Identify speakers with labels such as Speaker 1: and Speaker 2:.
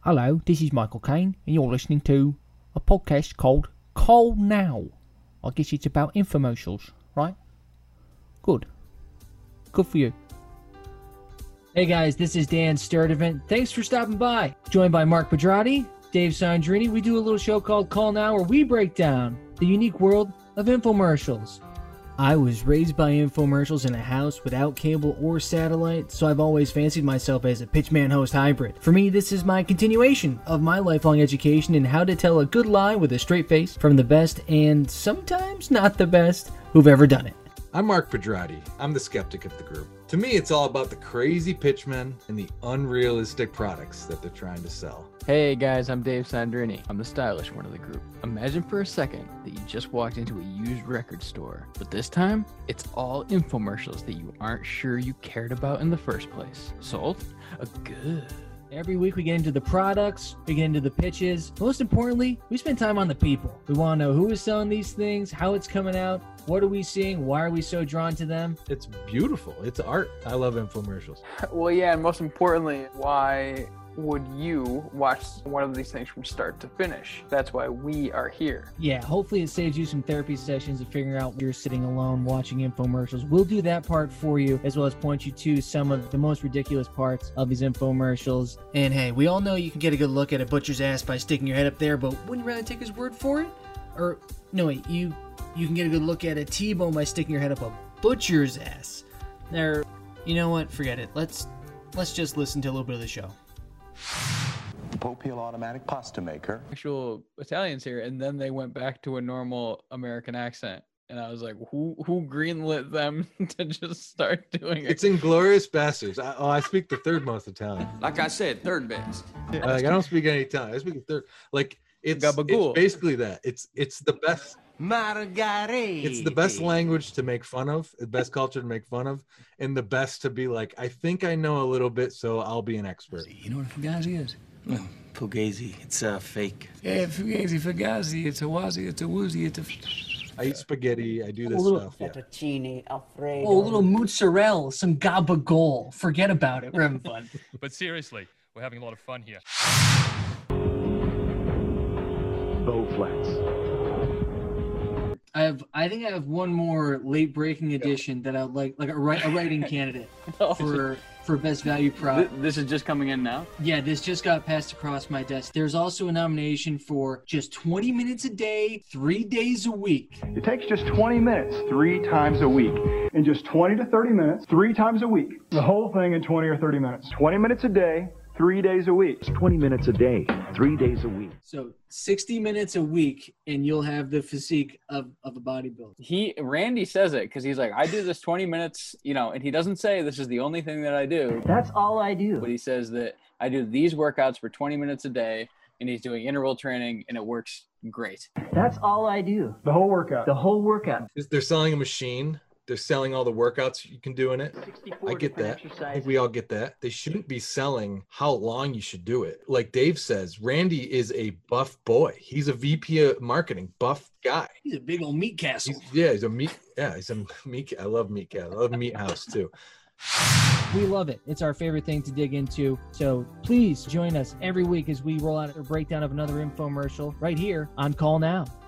Speaker 1: Hello, this is Michael Caine, and you're listening to a podcast called Coal Now. I guess it's about infomercials, right? Good. Good for you. Hey guys, this is Dan Sturdivant. Thanks for stopping by. Joined by Mark Pedrati, Dave Sandrini. We do a little show called Call Now where we break down the unique world of infomercials. I was raised by infomercials in a house without cable or satellite, so I've always fancied myself as a pitchman host hybrid. For me, this is my continuation of my lifelong education in how to tell a good lie with a straight face from the best and sometimes not the best who've ever done it.
Speaker 2: I'm Mark Pedrati. I'm the skeptic of the group. To me, it's all about the crazy pitchmen and the unrealistic products that they're trying to sell.
Speaker 3: Hey guys, I'm Dave Sandrini. I'm the stylish one of the group. Imagine for a second that you just walked into a used record store, but this time it's all infomercials that you aren't sure you cared about in the first place. Sold? A good.
Speaker 1: Every week we get into the products, we get into the pitches. Most importantly, we spend time on the people. We want to know who is selling these things, how it's coming out, what are we seeing, why are we so drawn to them.
Speaker 2: It's beautiful. It's art. I love infomercials.
Speaker 4: Well, yeah, and most importantly, why would you watch one of these things from start to finish? That's why we are here.
Speaker 1: Yeah, hopefully it saves you some therapy sessions of figuring out you're sitting alone watching infomercials. We'll do that part for you, as well as point you to some of the most ridiculous parts of these infomercials. And hey, we all know you can get a good look at a butcher's ass by sticking your head up there, but wouldn't you rather take his word for it? Or no, wait, you you can get a good look at a T-bone by sticking your head up a butcher's ass. There, you know what? Forget it. Let's let's just listen to a little bit of the show.
Speaker 5: Popeil automatic pasta maker.
Speaker 3: Actual Italians here, and then they went back to a normal American accent. And I was like, who who greenlit them to just start doing it?
Speaker 2: It's Inglorious Bastards. I, oh, I speak the third most Italian.
Speaker 6: Like I said, third best.
Speaker 2: Like I don't speak any Italian. I speak the third. Like it's,
Speaker 3: Gabagool.
Speaker 2: it's basically that. It's it's the best.
Speaker 6: Margarita.
Speaker 2: It's the best language to make fun of. The best culture to make fun of, and the best to be like. I think I know a little bit, so I'll be an expert.
Speaker 7: You know what Fugazi is?
Speaker 6: Well, Fugazi, it's a fake.
Speaker 7: Yeah, Fugazi, Fugazi, it's a Wazi, it's a Woozy, it's a.
Speaker 2: I eat spaghetti. I do this
Speaker 8: a little
Speaker 2: stuff. Yeah.
Speaker 8: fettuccine alfredo.
Speaker 9: Oh, a little mozzarella, some gabagol. Forget about it. We're having fun.
Speaker 10: But seriously, we're having a lot of fun here.
Speaker 9: I have. I think I have one more late breaking edition that I would like, like a, write, a writing candidate for for best value prop.
Speaker 3: Th- this is just coming in now.
Speaker 9: Yeah, this just got passed across my desk. There's also a nomination for just 20 minutes a day, three days a week.
Speaker 11: It takes just 20 minutes, three times a week. In just 20 to 30 minutes, three times a week. The whole thing in 20 or 30 minutes. 20 minutes a day, three days a week.
Speaker 5: 20 minutes a day, three days a week.
Speaker 9: So 60 minutes a week, and you'll have the physique of, of a bodybuilder.
Speaker 3: He Randy says it because he's like, I do this 20 minutes, you know, and he doesn't say this is the only thing that I do,
Speaker 8: That's all I
Speaker 3: but
Speaker 8: do.
Speaker 3: he says that I do these workouts for 20 minutes a day, and he's doing interval training, and it works great.
Speaker 8: That's all I do.
Speaker 11: The whole workout.
Speaker 8: The whole workout.
Speaker 2: Is- They're selling a machine. They're selling all the workouts you can do in it.
Speaker 8: 64
Speaker 2: I get
Speaker 8: different
Speaker 2: that. I think
Speaker 8: Exercises.
Speaker 2: we all get that. They shouldn't be selling how long you should do it. Like Dave says, Randy is a buff boy. He's a VP of marketing, buff guy.
Speaker 9: He's a big old meat castle.
Speaker 2: He's, yeah, he's a meat. Yeah, he's a meat. I love meat cat. I love meat house too.
Speaker 1: We love it. It's our favorite thing to dig into. So please join us every week as we roll out a breakdown of another infomercial right here on Call Now.